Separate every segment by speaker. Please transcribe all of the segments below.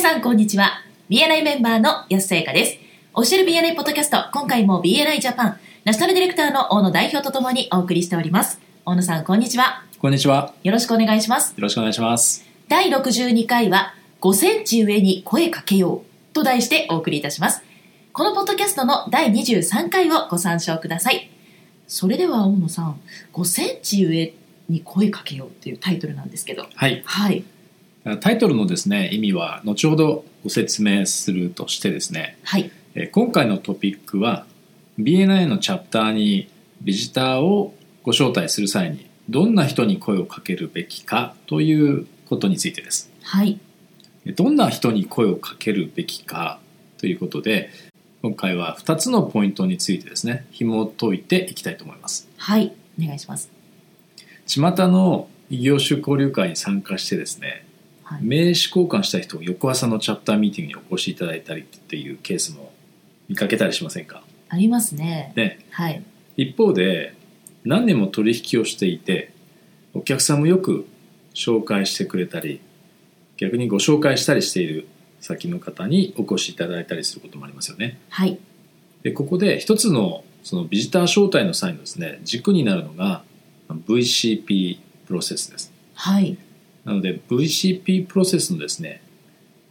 Speaker 1: さん、こんにちは。BNI メンバーの安さやかです。おしゃる BNI ポッドキャスト、今回も BNI ジャパン、ナショナルディレクターの大野代表とともにお送りしております。大野さん、こんにちは。
Speaker 2: こんにちは。
Speaker 1: よろしくお願いします。
Speaker 2: よろしくお願いします。
Speaker 1: 第62回は5センチ上に声かけようと題してお送りいたしますこのポッドキャストの第23回をご参照くださいそれでは大野さん5センチ上に声かけようというタイトルなんですけど
Speaker 2: はい。
Speaker 1: はい
Speaker 2: タイトルのですね、意味は後ほどご説明するとしてですね、
Speaker 1: はい
Speaker 2: えー今回のトピックは BNI のチャプターにビジターをご招待する際にどんな人に声をかけるべきかということについてです。
Speaker 1: はい
Speaker 2: どんな人に声をかけるべきかということで、今回は2つのポイントについてですね、紐解いていきたいと思います。
Speaker 1: はいお願いします
Speaker 2: 巷の異業種交流会に参加してですね、
Speaker 1: はい
Speaker 2: 名刺交換した人を翌朝のチャプターミーティングにお越しいただいたりっていうケースも見かけたりしませんか、
Speaker 1: ありますね
Speaker 2: ね、
Speaker 1: はい
Speaker 2: 一方で何年も取引をしていてお客さんもよく紹介してくれたり逆にご紹介したりしている先の方にお越しいただいたりすることもありますよね
Speaker 1: はい
Speaker 2: でここで一つのそのビジター招待の際のですね軸になるのが VCP プロセスです
Speaker 1: はい
Speaker 2: なので VCP プロセスのですね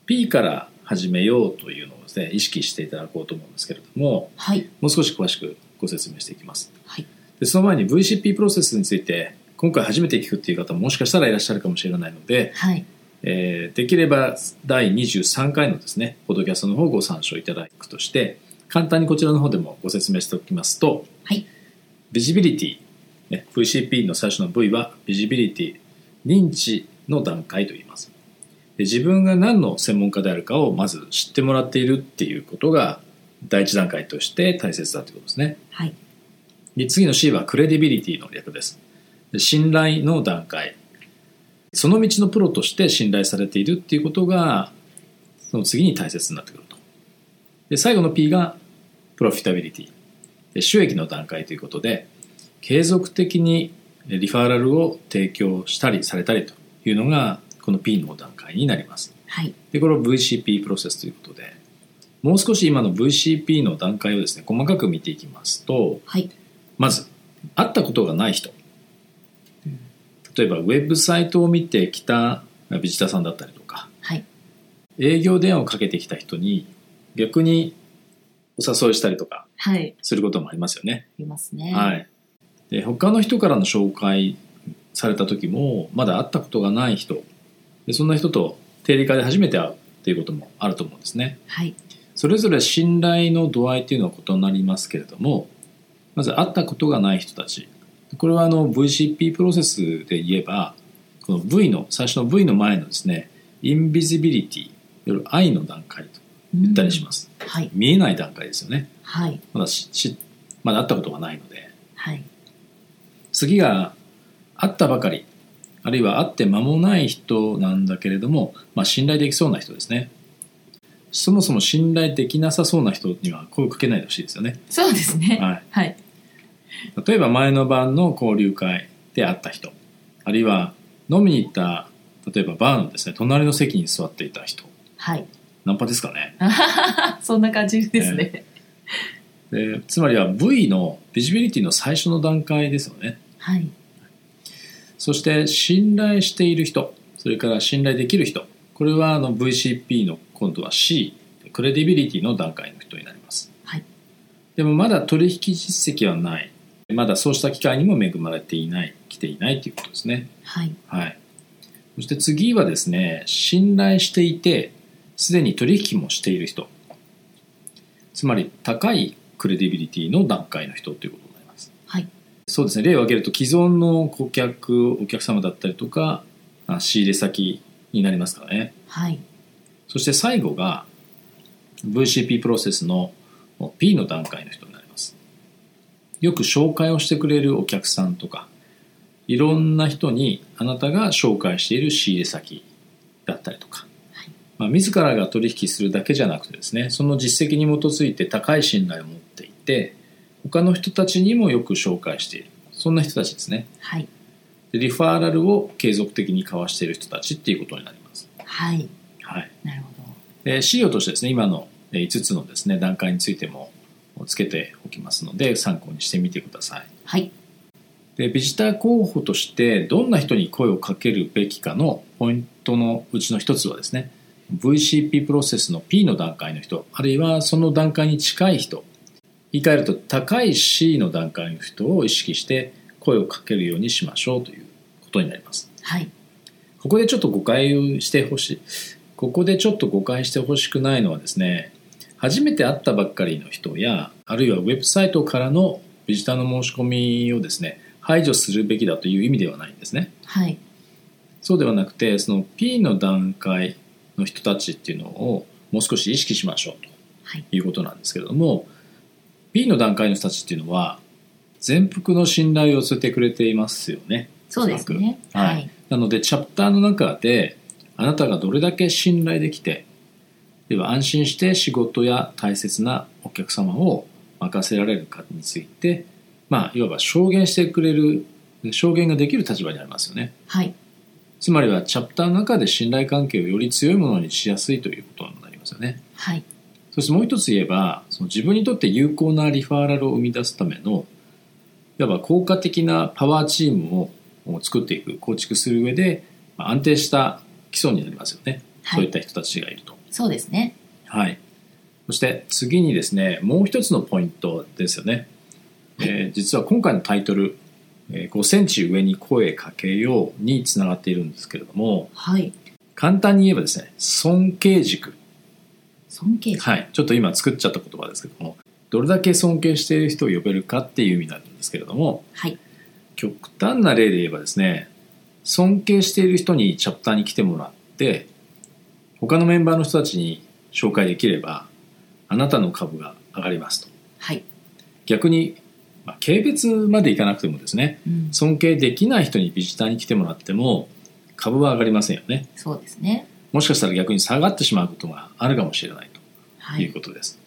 Speaker 2: P から始めようというのをですね意識していただこうと思うんですけれども
Speaker 1: はい
Speaker 2: もう少し詳しくご説明していきます、
Speaker 1: はい
Speaker 2: でその前に VCP プロセスについて今回初めて聞くっていう方ももしかしたらいらっしゃるかもしれないので、
Speaker 1: はい
Speaker 2: えーできれば第23回のですねポッドキャストの方をご参照いただくとして簡単にこちらの方でもご説明しておきますと
Speaker 1: はい
Speaker 2: ビジビリティね VCP の最初の V はビジビリティ認知の段階と言いますで自分が何の専門家であるかをまず知ってもらっているっていうことが第一段階として大切だということですね
Speaker 1: はい
Speaker 2: で次の C はクレディビリティの略ですで信頼の段階その道のプロとして信頼されているっていうことがその次に大切になってくるとで最後の P がプロフィタビリティで収益の段階ということで継続的にリファーラルを提供したりされたりというのがこの P の段階になります
Speaker 1: はい
Speaker 2: でこれを VCP プロセスということでもう少し今の VCP の段階をですね細かく見ていきますと
Speaker 1: はい
Speaker 2: まず会ったことがない人
Speaker 1: うん
Speaker 2: 例えばウェブサイトを見てきたビジターさんだったりとか
Speaker 1: はい
Speaker 2: 営業電話をかけてきた人に逆にお誘いしたりとか
Speaker 1: はい
Speaker 2: することもありますよね。
Speaker 1: いますね
Speaker 2: はい、で他の人からの紹介された時もまだ会ったことがない人でそんな人と定例会で初めて会うっていうこともあると思うんですね。
Speaker 1: はい
Speaker 2: それぞれ信頼の度合いというのは異なりますけれどもまず会ったことがない人たちこれはあの VCP プロセスで言えばこの V の最初の V の前のですねインビジビリティいわゆる愛の段階と言ったりします、
Speaker 1: すはい
Speaker 2: 見えない段階ですよね
Speaker 1: はい
Speaker 2: まだししまだ会ったことがないので
Speaker 1: はい
Speaker 2: 次が会ったばかりあるいは会って間もない人なんだけれども、まあ、信頼できそうな人ですねそもそも信頼できなさそうな人には声をかけないでほしいですよね、
Speaker 1: そうですね
Speaker 2: はい、
Speaker 1: はい
Speaker 2: 例えば前の晩の交流会で会った人あるいは飲みに行った例えばバーのですね隣の席に座っていた人
Speaker 1: はい。
Speaker 2: ナンパですかね
Speaker 1: そんな感じですね。
Speaker 2: でつまりは V のビジビリティの最初の段階ですよね
Speaker 1: はい。
Speaker 2: そして信頼している人それから信頼できる人これはあの VCP の今度は C クレディビリティの段階の人になります、
Speaker 1: はい
Speaker 2: でもまだ取引実績はないまだそうした機会にも恵まれていない来ていないということですね
Speaker 1: はい。
Speaker 2: はいそして次はですね信頼していてすでに取引もしている人つまり高いクレディビリティの段階の人ということになります
Speaker 1: はい。
Speaker 2: そうですね例を挙げると既存の顧客お客様だったりとかあ仕入れ先になりますからね
Speaker 1: はい。
Speaker 2: そして最後が VCP プロセスの P の段階の人になりますよく紹介をしてくれるお客さんとかいろんな人にあなたが紹介している仕入れ先だったりとか、
Speaker 1: はい
Speaker 2: まあ、自らが取引するだけじゃなくてですねその実績に基づいて高い信頼を持っていて他の人たちにもよく紹介しているそんな人たちですね
Speaker 1: はい。
Speaker 2: でリファーラルを継続的に交わしている人たちっていうことになります
Speaker 1: はい。
Speaker 2: はい
Speaker 1: なるほど。
Speaker 2: えー資料としてですね今のえー5つのですね段階についてもつけておきますので参考にしてみてください
Speaker 1: はい。
Speaker 2: でビジター候補としてどんな人に声をかけるべきかのポイントのうちの一つはですね VCP プロセスの P の段階の人あるいはその段階に近い人言い換えると高い C の段階の人を意識して声をかけるようにしましょうということになります
Speaker 1: はい。
Speaker 2: ここでちょっと誤解をしてほしい。ここでちょっと誤解してほしくないのはですね、初めて会ったばっかりの人や、あるいはウェブサイトからのビジターの申し込みをですね、排除するべきだという意味ではないんですね。
Speaker 1: はい。
Speaker 2: そうではなくて、その P の段階の人たちっていうのをもう少し意識しましょう
Speaker 1: はい
Speaker 2: ということなんですけれども、P の段階の人たちっていうのは、全幅の信頼を寄せてくれていますよね。
Speaker 1: そうですね。
Speaker 2: はい
Speaker 1: はい。
Speaker 2: なのでチャプターの中であなたがどれだけ信頼できてでは安心して仕事や大切なお客様を任せられるかについて、まあ、いわば証言してくれる証言ができる立場にありますよね
Speaker 1: はい。
Speaker 2: つまりはチャプターの中で信頼関係をより強いものにしやすいということになりますよね
Speaker 1: はい。
Speaker 2: そしてもう一つ言えばその自分にとって有効なリファーラルを生み出すためのいわば効果的なパワーチームを作っていく構築する上でまあ安定した基礎になりますよね、
Speaker 1: は
Speaker 2: そういっ
Speaker 1: い。
Speaker 2: た人たちがいると、
Speaker 1: そうですね。
Speaker 2: はい、そして次にですねもう一つのポイントですよね、えー実は今回のタイトル「えー5センチ上に声かけよう」につながっているんですけれども
Speaker 1: はい。
Speaker 2: 簡単に言えばですね尊敬軸
Speaker 1: 尊敬者。
Speaker 2: はい、ちょっと今作っちゃった言葉ですけどもどれだけ尊敬している人を呼べるかっていう意味なんですけれども
Speaker 1: はい。
Speaker 2: 極端な例で言えばですね尊敬している人にチャプターに来てもらって他のメンバーの人たちに紹介できればあなたの株が上がりますと
Speaker 1: はい。
Speaker 2: 逆に、まあ、軽蔑までいかなくてもですね
Speaker 1: うん。
Speaker 2: 尊敬できない人にビジターに来てもらっても株は上がりませんよね
Speaker 1: そうですね。
Speaker 2: もしかしたら逆に下がってしまうことがあるかもしれないと
Speaker 1: は
Speaker 2: という
Speaker 1: い。
Speaker 2: ことです。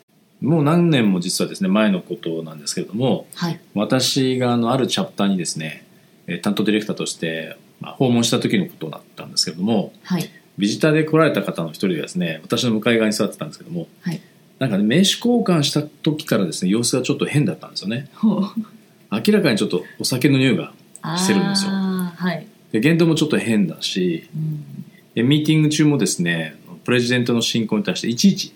Speaker 2: もう何年も実はですね前のことなんですけれども
Speaker 1: はい。
Speaker 2: 私があのあるチャプターにですねえー担当ディレクターとしてまあ訪問した時のことだったんですけれども
Speaker 1: はい。
Speaker 2: ビジターで来られた方の一人がですね私の向かい側に座ってたんですけども、
Speaker 1: はい
Speaker 2: なんかね名刺交換した時からですね様子がちょっと変だったんですよね
Speaker 1: ほう。
Speaker 2: 明らかにちょっとお酒の匂いがしてるんですよ
Speaker 1: あーはい。
Speaker 2: で言動もちょっと変だし
Speaker 1: うん。
Speaker 2: でミーティング中もですねプレジデントの進行に対していちいち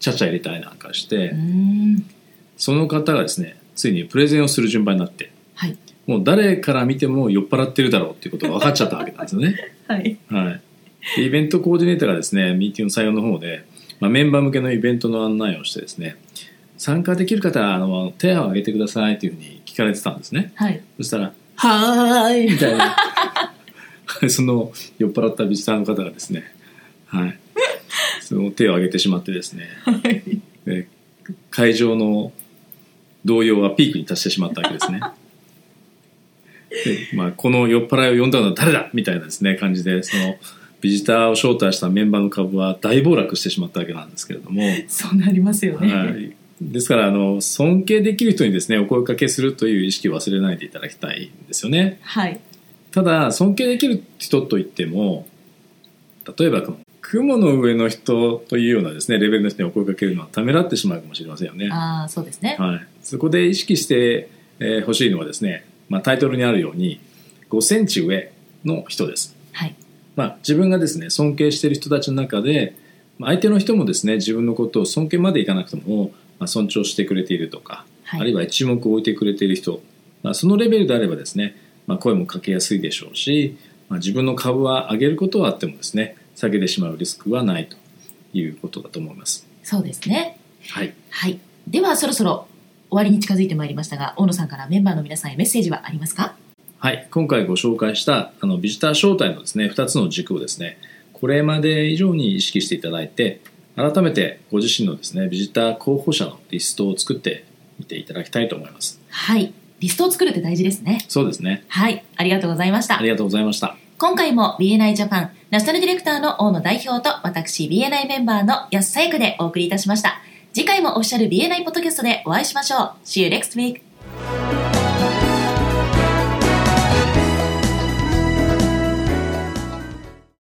Speaker 2: ちゃちゃ入れたりなんかして、
Speaker 1: うーん。
Speaker 2: その方がですねついにプレゼンをする順番になって
Speaker 1: はい。
Speaker 2: もう誰から見ても酔っ払ってるだろうっていうことが分かっちゃったわけなんですよね、
Speaker 1: はい。
Speaker 2: はい、でイベントコーディネーターがですねミーティングの採用の方で、まあ、メンバー向けのイベントの案内をしてですね参加できる方はあの手を挙げてくださいというふうに聞かれてたんですね
Speaker 1: はい。
Speaker 2: そしたら「はーい」みたいなその酔っ払ったビジターの方がですねはいその手を挙げてしまってですね
Speaker 1: はい。
Speaker 2: で会場の動揺はピークに達してしまったわけですね。でまあ、この酔っ払いを呼んだのは誰だみたいなですね感じでそのビジターを招待したメンバーの株は大暴落してしまったわけなんですけれども、
Speaker 1: そうなりますよね。
Speaker 2: はい、ですからあの尊敬できる人にですねお声かけするという意識を忘れないでいただきたいんですよね。
Speaker 1: はい。
Speaker 2: ただ尊敬できる人といっても例えばこの雲の上の人というようなですねレベルの人にお声かけるのはためらってしまうかもしれませんよね。
Speaker 1: ああ、そうですね。
Speaker 2: はい、そこで意識してほ、えー欲しいのはですね、まあ、タイトルにあるように5センチ上の人です、
Speaker 1: はい。
Speaker 2: まあ、自分がですね尊敬している人たちの中でまあ相手の人もですね自分のことを尊敬までいかなくても、まあ、尊重してくれているとか、
Speaker 1: はい。
Speaker 2: あるいは一目置いてくれている人、まあ、そのレベルであればですね、まあ、声もかけやすいでしょうし、まあ、自分の株は上げることはあってもですね下げてしまうリスクはないということだと思います。
Speaker 1: そうですね。
Speaker 2: はい
Speaker 1: はい。では、そろそろ終わりに近づいてまいりましたが、大野さんからメンバーの皆さんへメッセージはありますか
Speaker 2: はい、今回ご紹介したあのビジター招待のですね2つの軸をですねこれまで以上に意識していただいて改めてご自身のですねビジター候補者のリストを作ってみていただきたいと思います
Speaker 1: はい。リストを作るって大事ですね。
Speaker 2: そうですね
Speaker 1: はい。ありがとうございました
Speaker 2: あ。りがとうございました
Speaker 1: 今回も BNI ジャパンナショナルディレクターの大野代表と私 BNI メンバーの安さゆくでお送りいたしました。次回もオフィシャル BNI ポッドキャストでお会いしましょう。See you next week!